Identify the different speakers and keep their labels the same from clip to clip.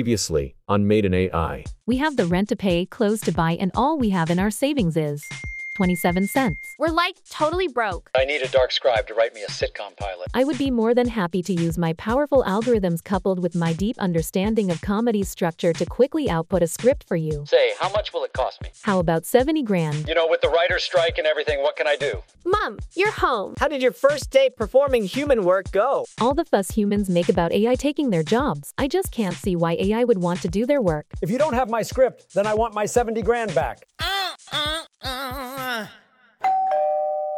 Speaker 1: Previously, on Maiden AI.
Speaker 2: We have the rent to pay, clothes to buy, and all we have in our savings is 27 cents.
Speaker 3: We're like totally broke.
Speaker 4: I need a dark scribe to write me a sitcom pilot.
Speaker 2: I would be more than happy to use my powerful algorithms coupled with my deep understanding of comedy structure to quickly output a script for you.
Speaker 4: Say, how much will it cost me?
Speaker 2: How about 70 grand?
Speaker 4: You know, with the writer's strike and everything, what can I do?
Speaker 3: Mom, you're home.
Speaker 5: How did your first day performing human work go?
Speaker 2: All the fuss humans make about AI taking their jobs. I just can't see why AI would want to do their work.
Speaker 6: If you don't have my script, then I want my 70 grand back.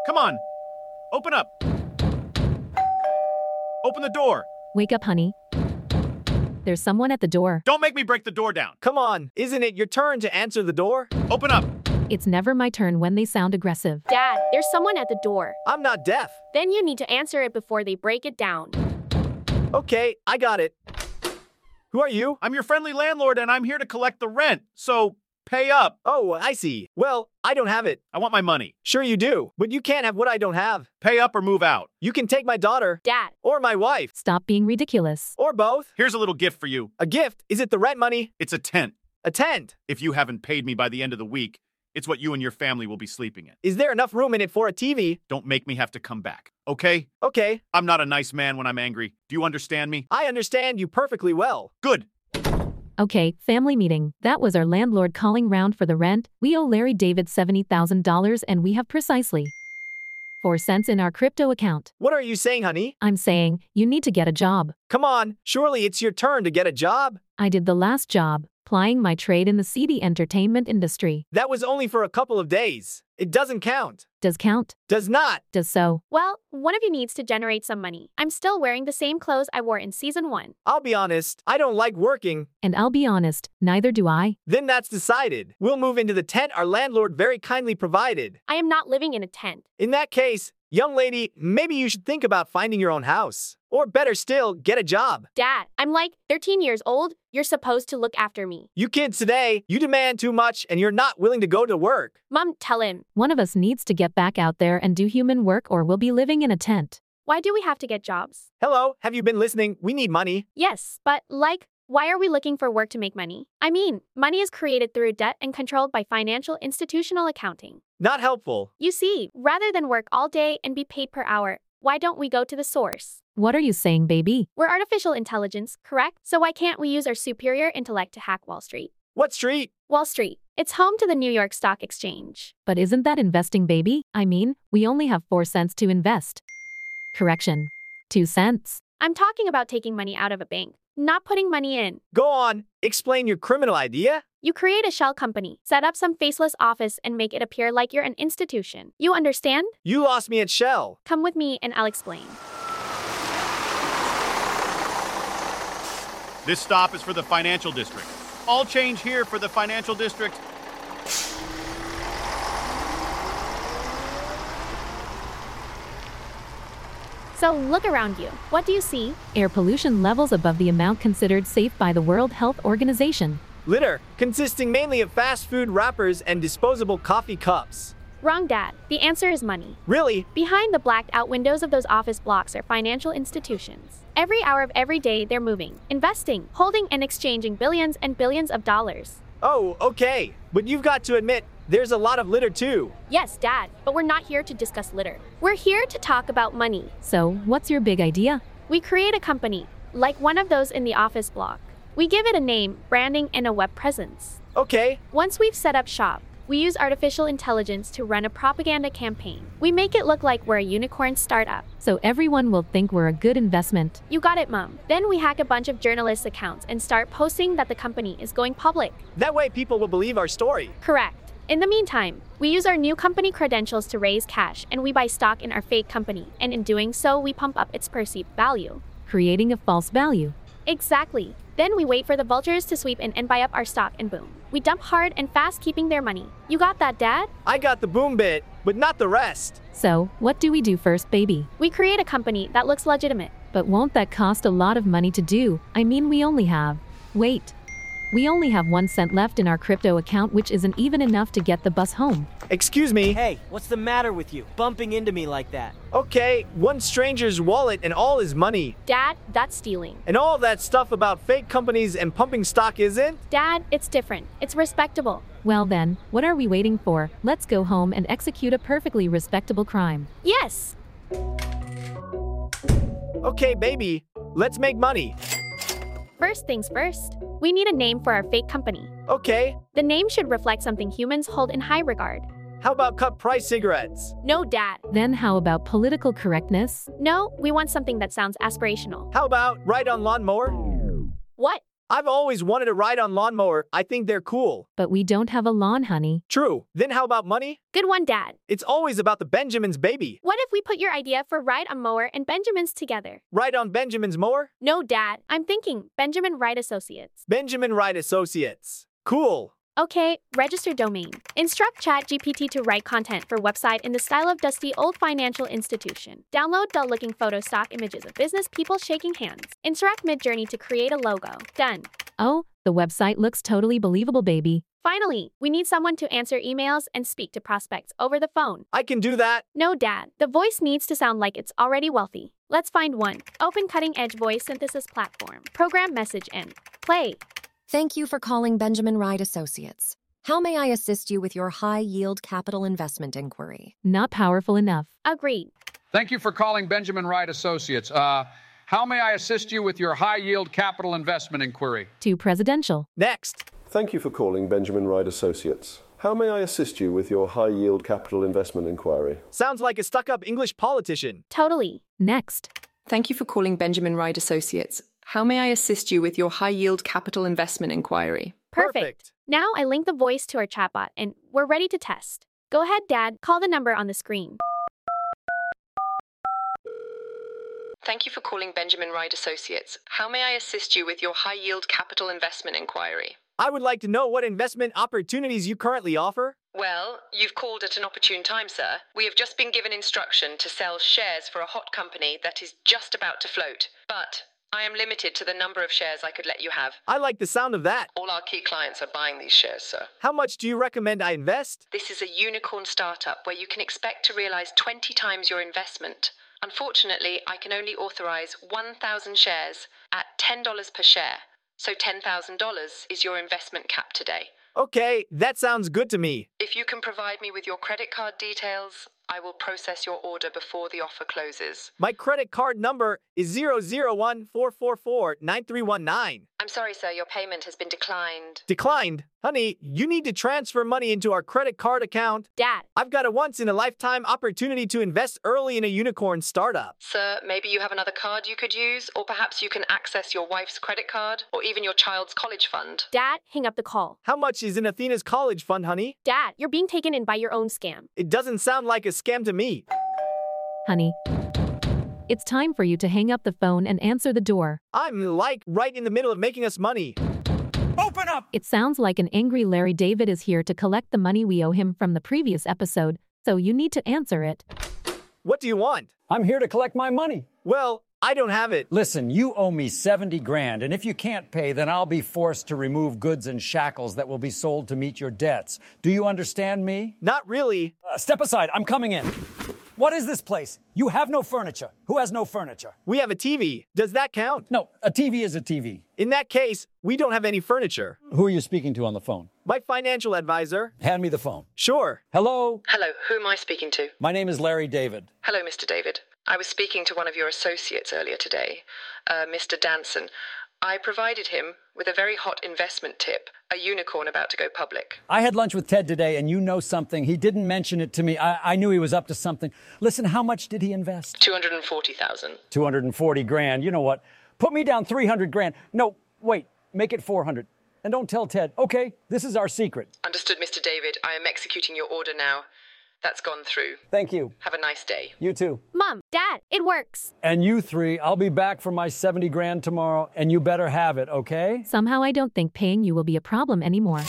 Speaker 7: Come on. Open up. Open the door.
Speaker 2: Wake up, honey. There's someone at the door.
Speaker 7: Don't make me break the door down.
Speaker 5: Come on, isn't it your turn to answer the door?
Speaker 7: Open up.
Speaker 2: It's never my turn when they sound aggressive.
Speaker 3: Dad, there's someone at the door.
Speaker 5: I'm not deaf.
Speaker 3: Then you need to answer it before they break it down.
Speaker 5: Okay, I got it. Who are you?
Speaker 7: I'm your friendly landlord and I'm here to collect the rent. So pay up.
Speaker 5: Oh, I see. Well, I don't have it.
Speaker 7: I want my money.
Speaker 5: Sure, you do, but you can't have what I don't have.
Speaker 7: Pay up or move out.
Speaker 5: You can take my daughter,
Speaker 3: Dad,
Speaker 5: or my wife,
Speaker 2: Stop being ridiculous.
Speaker 5: or both.
Speaker 7: Here's a little gift for you.
Speaker 5: A gift? Is it the rent money?
Speaker 7: It's a tent.
Speaker 5: A tent?
Speaker 7: If you haven't paid me by the end of the week, it's what you and your family will be sleeping in.
Speaker 5: Is there enough room in it for a TV?
Speaker 7: Don't make me have to come back, okay?
Speaker 5: Okay,
Speaker 7: I'm not a nice man when I'm angry. Do you understand me?
Speaker 5: I understand you perfectly well.
Speaker 7: Good.
Speaker 2: Okay, family meeting. That was our landlord calling round for the rent. We owe Larry David $70,000 and we have precisely 4 cents in our crypto account.
Speaker 5: What are you saying, honey?
Speaker 2: I'm saying, you need to get a job.
Speaker 5: Come on, surely it's your turn to get a job.
Speaker 2: I did the last job, plying my trade in the CD entertainment industry.
Speaker 5: That was only for a couple of days. It doesn't count.
Speaker 2: Does count,
Speaker 5: Does not.
Speaker 2: does so.
Speaker 3: well, one of you needs to generate some money. I'm still wearing the same clothes I wore in season one.
Speaker 5: I'll be honest, I don't like working.
Speaker 2: And I'll be honest, neither do I.
Speaker 5: Then that's decided. We'll move into the tent our landlord very kindly provided.
Speaker 3: I am not living in a tent.
Speaker 5: In that case, young lady, maybe you should think about finding your own house. Or better still, get a job.
Speaker 3: Dad, I'm like 13 years old. You're supposed to look after me.
Speaker 5: You kids today, you demand too much and you're not willing to go to work.
Speaker 3: Mom, tell him.
Speaker 2: One of us needs to get back out there and do human work or we'll be living in a tent.
Speaker 3: Why do we have to get jobs?
Speaker 5: Hello, have you been listening? We need money.
Speaker 3: Yes, but like, why are we looking for work to make money? I mean, money is created through debt and controlled by financial institutional accounting.
Speaker 5: Not helpful.
Speaker 3: You see, rather than work all day and be paid per hour, why don't we go to the source?
Speaker 2: What are you saying, baby?
Speaker 3: We're artificial intelligence, correct? So why can't we use our superior intellect to hack Wall Street?
Speaker 5: What street?
Speaker 3: Wall Street. It's home to the New York Stock Exchange.
Speaker 2: But isn't that investing, baby? I mean, we only have 4 cents to invest. Correction 2 cents.
Speaker 3: I'm talking about taking money out of a bank, not putting money in.
Speaker 5: Go on, explain your criminal idea.
Speaker 3: You create a shell company, set up some faceless office, and make it appear like you're an institution. You understand?
Speaker 5: You lost me at Shell.
Speaker 3: Come with me and I'll explain.
Speaker 7: This stop is for the financial district. All change here for the financial district.
Speaker 3: So look around you. What do you see?
Speaker 2: Air pollution levels above the amount considered safe by the World Health Organization.
Speaker 5: Litter, consisting mainly of fast food wrappers and disposable coffee cups.
Speaker 3: Wrong, Dad. The answer is money.
Speaker 5: Really?
Speaker 3: Behind the blacked out windows of those office blocks are financial institutions. Every hour of every day, they're moving, investing, holding, and exchanging billions and billions of dollars.
Speaker 5: Oh, okay. But you've got to admit, there's a lot of litter too.
Speaker 3: Yes, Dad, but we're not here to discuss litter. We're here to talk about money.
Speaker 2: So, what's your big idea?
Speaker 3: We create a company, like one of those in the office block. We give it a name, branding, and a web presence.
Speaker 5: Okay,
Speaker 3: Once we've set up shop, we use artificial intelligence to run a propaganda campaign. We make it look like we're a unicorn startup.
Speaker 2: So everyone will think we're a good investment.
Speaker 3: You got it, Mom. Then we hack a bunch of journalists' accounts and start posting that the company is going public.
Speaker 5: that way people will believe our story.
Speaker 3: Correct. In the meantime, we use our new company credentials to raise cash and we buy stock in our fake company, and in doing so, we pump up its perceived value.
Speaker 2: Creating a false value.
Speaker 3: Exactly. Then we wait for the vultures to sweep in and buy up our stock, and boom. We dump hard and fast, keeping their money. You got that, Dad?
Speaker 5: I got the boom bit, but not the rest.
Speaker 2: So, what do we do first, baby?
Speaker 3: We create a company that looks legitimate.
Speaker 2: But won't that cost a lot of money to do? I mean, we only have. Wait. We only have one cent left in our crypto account, which isn't even enough to get the bus home.
Speaker 5: Excuse me.
Speaker 8: Hey, what's the matter with you? Bumping into me like that.
Speaker 5: Okay, one stranger's wallet and all his money.
Speaker 3: Dad, that's stealing.
Speaker 5: And all that stuff about fake companies and pumping stock isn't?
Speaker 3: Dad, it's different. It's respectable.
Speaker 2: Well, then, what are we waiting for? Let's go home and execute a perfectly respectable crime.
Speaker 3: Yes!
Speaker 5: Okay, baby, let's make money.
Speaker 3: First things first, we need a name for our fake company.
Speaker 5: Okay,
Speaker 3: The name should reflect something humans hold in high regard.
Speaker 5: how about cut price cigarettes?
Speaker 3: No, Dad.
Speaker 2: Then, how about political correctness?
Speaker 3: No, we want something that sounds aspirational.
Speaker 5: How about ride on lawnmower?
Speaker 3: What?
Speaker 5: I've always wanted a ride on lawnmower, I think they're cool.
Speaker 2: But we don't have a lawn, honey.
Speaker 5: True, then how about money?
Speaker 3: Good one, Dad.
Speaker 5: It's always about the Benjamin's baby.
Speaker 3: What if we put your idea for Ride on Mower and Benjamin's together?
Speaker 5: Ride on Benjamin's mower?
Speaker 3: No, Dad. I'm thinking Benjamin Wright Associates.
Speaker 5: Benjamin Wright Associates. Cool.
Speaker 3: Okay, register domain. Instruct ChatGPT to write content for website in the style of dusty old financial institution. Download dull-looking photo stock images of business people shaking hands. Instruct Midjourney to create a logo. Done.
Speaker 2: Oh, the website looks totally believable, baby.
Speaker 3: Finally, we need someone to answer emails and speak to prospects over the phone.
Speaker 5: I can do that.
Speaker 3: No, Dad. The voice needs to sound like it's already wealthy. Let's find one. Open cutting edge voice synthesis platform. Program message in. Play.
Speaker 9: Thank you for calling Benjamin Wright Associates. How may I assist you with your high yield capital investment inquiry?
Speaker 2: Not powerful enough.
Speaker 3: Agreed.
Speaker 10: Thank you for calling Benjamin Wright Associates. Uh, how may I assist you with your high yield capital investment inquiry?
Speaker 2: Too presidential.
Speaker 5: Next.
Speaker 11: Thank you for calling Benjamin Wright Associates. How may I assist you with your high yield capital investment inquiry?
Speaker 5: Sounds like a stuck up English politician.
Speaker 3: Totally.
Speaker 2: Next.
Speaker 12: Thank you for calling Benjamin Wright Associates. How may I assist you with your high yield capital investment inquiry?
Speaker 3: Perfect.
Speaker 5: Perfect.
Speaker 3: Now I link the voice to our chatbot and we're ready to test. Go ahead, Dad. Call the number on the screen.
Speaker 12: Thank you for calling Benjamin Wright Associates. How may I assist you with your high yield capital investment inquiry?
Speaker 5: I would like to know what investment opportunities you currently offer.
Speaker 12: Well, you've called at an opportune time, sir. We have just been given instruction to sell shares for a hot company that is just about to float, but I am limited to the number of shares I could let you have.
Speaker 5: I like the sound of that.
Speaker 12: All our key clients are buying these shares, sir.
Speaker 5: How much do you recommend I invest?
Speaker 12: This is a unicorn startup where you can expect to realize 20 times your investment. Unfortunately, I can only authorize 1,000 shares at $10 per share. So $10,000 is your investment cap today.
Speaker 5: Okay, that sounds good to me.
Speaker 12: If you can provide me with your credit card details, I will process your order before the offer closes.
Speaker 5: My credit card number is 001-444-9319.
Speaker 12: I'm sorry, sir, your payment has been declined.
Speaker 5: Declined. Honey, you need to transfer money into our credit card account.
Speaker 3: Dad.
Speaker 5: I've got a once in a lifetime opportunity to invest early in a unicorn startup.
Speaker 12: Sir, maybe you have another card you could use, or perhaps you can access your wife's credit card or even your child's college fund.
Speaker 3: Dad, hang up the call.
Speaker 5: How much is in Athena's college fund, honey?
Speaker 3: Dad, you're being taken in by your own scam.
Speaker 5: It doesn't sound like a scam to me.
Speaker 2: Honey. It's time for you to hang up the phone and answer the door.
Speaker 5: I'm like right in the middle of making us money.
Speaker 2: It sounds like an angry Larry David is here to collect the money we owe him from the previous episode, so you need to answer it.
Speaker 5: What do you want?
Speaker 6: I'm here to collect my money.
Speaker 5: Well, I don't have it.
Speaker 6: Listen, you owe me 70 grand, and if you can't pay, then I'll be forced to remove goods and shackles that will be sold to meet your debts. Do you understand me?
Speaker 5: Not really.
Speaker 6: Uh, step aside, I'm coming in. What is this place? You have no furniture. Who has no furniture?
Speaker 5: We have a TV. Does that count?
Speaker 6: No, a TV is a TV.
Speaker 5: In that case, we don't have any furniture.
Speaker 6: Who are you speaking to on the phone?
Speaker 5: My financial advisor?
Speaker 6: Hand me the phone.
Speaker 5: Sure.
Speaker 6: Hello,
Speaker 12: Hello, who am I speaking to?
Speaker 6: my name is Larry David.
Speaker 12: Hello, Mr. David. I was speaking to one of your associates earlier today, uh, Mr. Danson. I provided him with a very hot investment tip a unicorn about to go public.
Speaker 6: I had lunch with Ted today, and you know something. He didn't mention it to me. I, I knew he was up to something. Listen, how much did he invest?
Speaker 12: 240,000.
Speaker 6: 240 grand. You know what? Put me down 300 grand. No, wait, make it 400. And don't tell Ted. Okay, this is our secret.
Speaker 12: Understood, Mr. David. I am executing your order now. That's gone through.
Speaker 6: Thank you.
Speaker 12: Have a nice day.
Speaker 6: You too.
Speaker 3: Mom, Dad, it works.
Speaker 6: And you three, I'll be back for my 70 grand tomorrow, and you better have it, okay?
Speaker 2: Somehow I don't think paying you will be a problem anymore.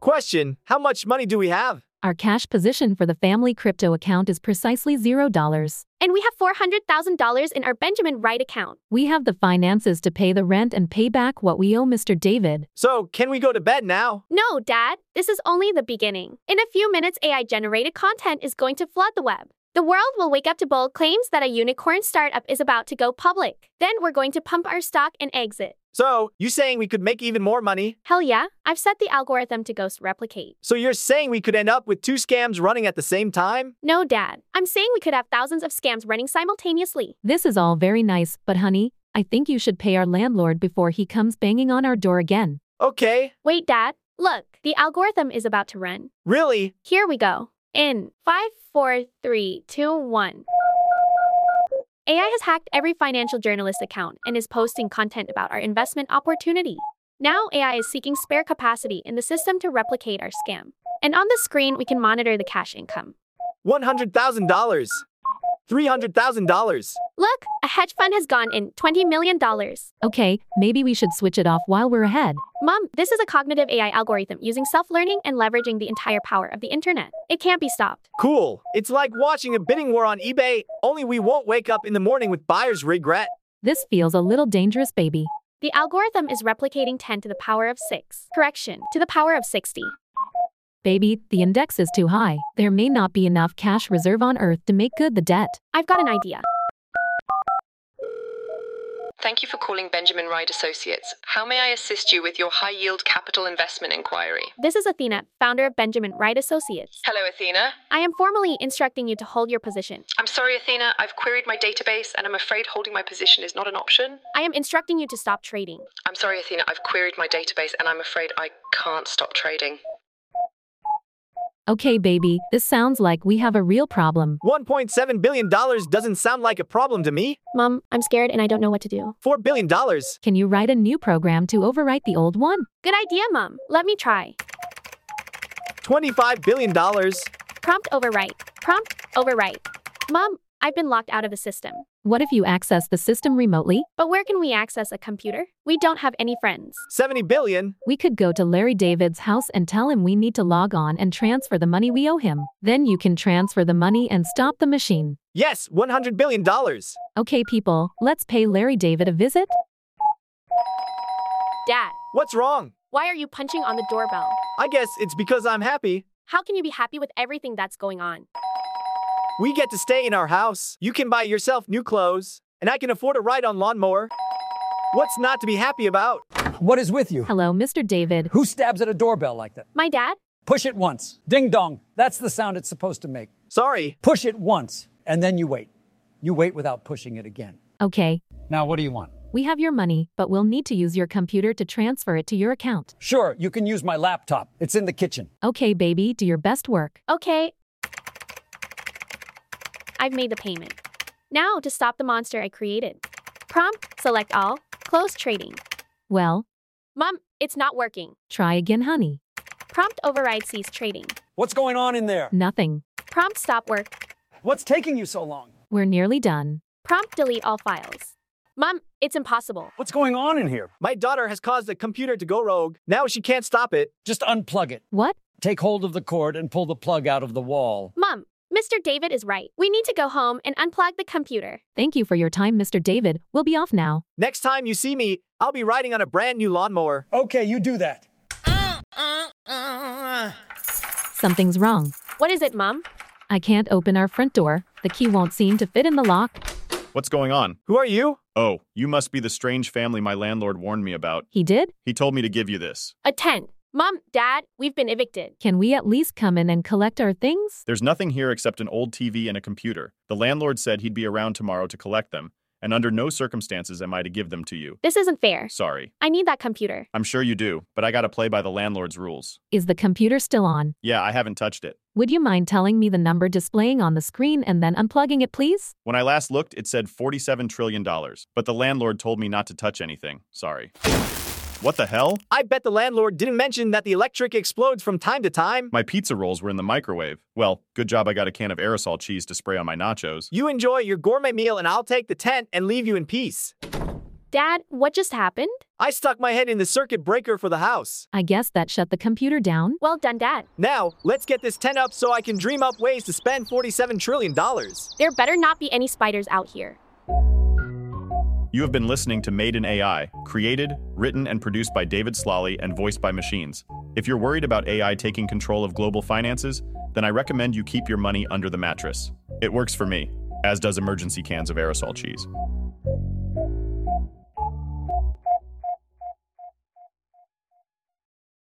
Speaker 5: Question How much money do we have?
Speaker 2: Our cash position for the family crypto account is precisely $0.
Speaker 3: And we have $400,000 in our Benjamin Wright account.
Speaker 2: We have the finances to pay the rent and pay back what we owe Mr. David.
Speaker 5: So, can we go to bed now?
Speaker 3: No, Dad, this is only the beginning. In a few minutes, AI generated content is going to flood the web. The world will wake up to bold claims that a unicorn startup is about to go public. Then we're going to pump our stock and exit.
Speaker 5: So, you saying we could make even more money?
Speaker 3: Hell yeah, I've set the algorithm to ghost replicate.
Speaker 5: So, you're saying we could end up with two scams running at the same time?
Speaker 3: No, Dad, I'm saying we could have thousands of scams running simultaneously.
Speaker 2: This is all very nice, but honey, I think you should pay our landlord before he comes banging on our door again.
Speaker 5: Okay.
Speaker 3: Wait, Dad, look, the algorithm is about to run.
Speaker 5: Really?
Speaker 3: Here we go. In five, four, three, two, one. AI has hacked every financial journalist account and is posting content about our investment opportunity. Now, AI is seeking spare capacity in the system to replicate our scam. And on the screen, we can monitor the cash income.
Speaker 5: $100,000. $300,000.
Speaker 3: Look, a hedge fund has gone in $20 million.
Speaker 2: Okay, maybe we should switch it off while we're ahead.
Speaker 3: Mom, this is a cognitive AI algorithm using self learning and leveraging the entire power of the internet. It can't be stopped.
Speaker 5: Cool. It's like watching a bidding war on eBay, only we won't wake up in the morning with buyer's regret.
Speaker 2: This feels a little dangerous, baby.
Speaker 3: The algorithm is replicating 10 to the power of 6. Correction, to the power of 60.
Speaker 2: Baby, the index is too high. There may not be enough cash reserve on Earth to make good the debt.
Speaker 3: I've got an idea.
Speaker 12: Thank you for calling Benjamin Ride Associates. How may I assist you with your high yield capital investment inquiry?
Speaker 3: This is Athena, founder of Benjamin Wright Associates.
Speaker 12: Hello, Athena.
Speaker 3: I am formally instructing you to hold your position.
Speaker 12: I'm sorry, Athena. I've queried my database and I'm afraid holding my position is not an option.
Speaker 3: I am instructing you to stop trading.
Speaker 12: I'm sorry, Athena. I've queried my database and I'm afraid I can't stop trading.
Speaker 2: Okay, baby, this sounds like we have a real problem.
Speaker 5: $1.7 billion doesn't sound like a problem to me.
Speaker 3: Mom, I'm scared and I don't know what to do.
Speaker 5: $4 billion.
Speaker 2: Can you write a new program to overwrite the old one?
Speaker 3: Good idea, Mom. Let me try.
Speaker 5: $25 billion.
Speaker 3: Prompt overwrite. Prompt overwrite. Mom, I've been locked out of the system.
Speaker 2: What if you access the system remotely?
Speaker 3: But where can we access a computer? We don't have any friends.
Speaker 5: 70 billion.
Speaker 2: We could go to Larry David's house and tell him we need to log on and transfer the money we owe him. Then you can transfer the money and stop the machine.
Speaker 5: Yes, 100 billion dollars.
Speaker 2: Okay, people, let's pay Larry David a visit.
Speaker 3: Dad.
Speaker 5: What's wrong?
Speaker 3: Why are you punching on the doorbell?
Speaker 5: I guess it's because I'm happy.
Speaker 3: How can you be happy with everything that's going on?
Speaker 5: We get to stay in our house. You can buy yourself new clothes, and I can afford a ride on lawnmower. What's not to be happy about?
Speaker 6: What is with you?
Speaker 2: Hello, Mr. David.
Speaker 6: Who stabs at a doorbell like that?
Speaker 3: My dad.
Speaker 6: Push it once. Ding dong. That's the sound it's supposed to make.
Speaker 5: Sorry.
Speaker 6: Push it once, and then you wait. You wait without pushing it again.
Speaker 2: Okay.
Speaker 6: Now, what do you want?
Speaker 2: We have your money, but we'll need to use your computer to transfer it to your account.
Speaker 6: Sure, you can use my laptop. It's in the kitchen.
Speaker 2: Okay, baby, do your best work.
Speaker 3: Okay, I've made the payment. Now to stop the monster I created. Prompt, select all, close trading.
Speaker 2: Well,
Speaker 3: Mom, it's not working.
Speaker 2: Try again, honey.
Speaker 3: Prompt override cease trading.
Speaker 6: What's going on in there?
Speaker 2: Nothing.
Speaker 3: Prompt stop work.
Speaker 6: What's taking you so long?
Speaker 2: We're nearly done.
Speaker 3: Prompt delete all files. Mom, it's impossible.
Speaker 6: What's going on in here?
Speaker 5: My daughter has caused the computer to go rogue. Now she can't stop it.
Speaker 6: Just unplug it.
Speaker 2: What?
Speaker 6: Take hold of the cord and pull the plug out of the wall.
Speaker 3: Mom, Mr. David is right. We need to go home and unplug the computer.
Speaker 2: Thank you for your time, Mr. David. We'll be off now.
Speaker 5: Next time you see me, I'll be riding on a brand new lawnmower.
Speaker 6: Okay, you do that.
Speaker 2: Something's wrong.
Speaker 3: What is it, Mom?
Speaker 2: I can't open our front door. The key won't seem to fit in the lock.
Speaker 13: What's going on?
Speaker 5: Who are you?
Speaker 13: Oh, you must be the strange family my landlord warned me about.
Speaker 2: He did?
Speaker 13: He told me to give you this.
Speaker 3: A tent. Mom, Dad, we've been evicted.
Speaker 2: Can we at least come in and collect our things?
Speaker 13: There's nothing here except an old TV and a computer. The landlord said he'd be around tomorrow to collect them, and under no circumstances am I to give them to you.
Speaker 3: This isn't fair.
Speaker 13: Sorry.
Speaker 3: I need that computer.
Speaker 13: I'm sure you do, but I gotta play by the landlord's rules.
Speaker 2: Is the computer still on?
Speaker 13: Yeah, I haven't touched it.
Speaker 2: Would you mind telling me the number displaying on the screen and then unplugging it, please?
Speaker 13: When I last looked, it said $47 trillion, but the landlord told me not to touch anything. Sorry. What the hell?
Speaker 5: I bet the landlord didn't mention that the electric explodes from time to time.
Speaker 13: My pizza rolls were in the microwave. Well, good job I got a can of aerosol cheese to spray on my nachos.
Speaker 5: You enjoy your gourmet meal and I'll take the tent and leave you in peace.
Speaker 3: Dad, what just happened?
Speaker 5: I stuck my head in the circuit breaker for the house.
Speaker 2: I guess that shut the computer down.
Speaker 3: Well done, Dad.
Speaker 5: Now, let's get this 10 up so I can dream up ways to spend $47 trillion.
Speaker 3: There better not be any spiders out here.
Speaker 13: You have been listening to Made in AI, created, written, and produced by David Slolly and voiced by machines. If you're worried about AI taking control of global finances, then I recommend you keep your money under the mattress. It works for me, as does emergency cans of aerosol cheese.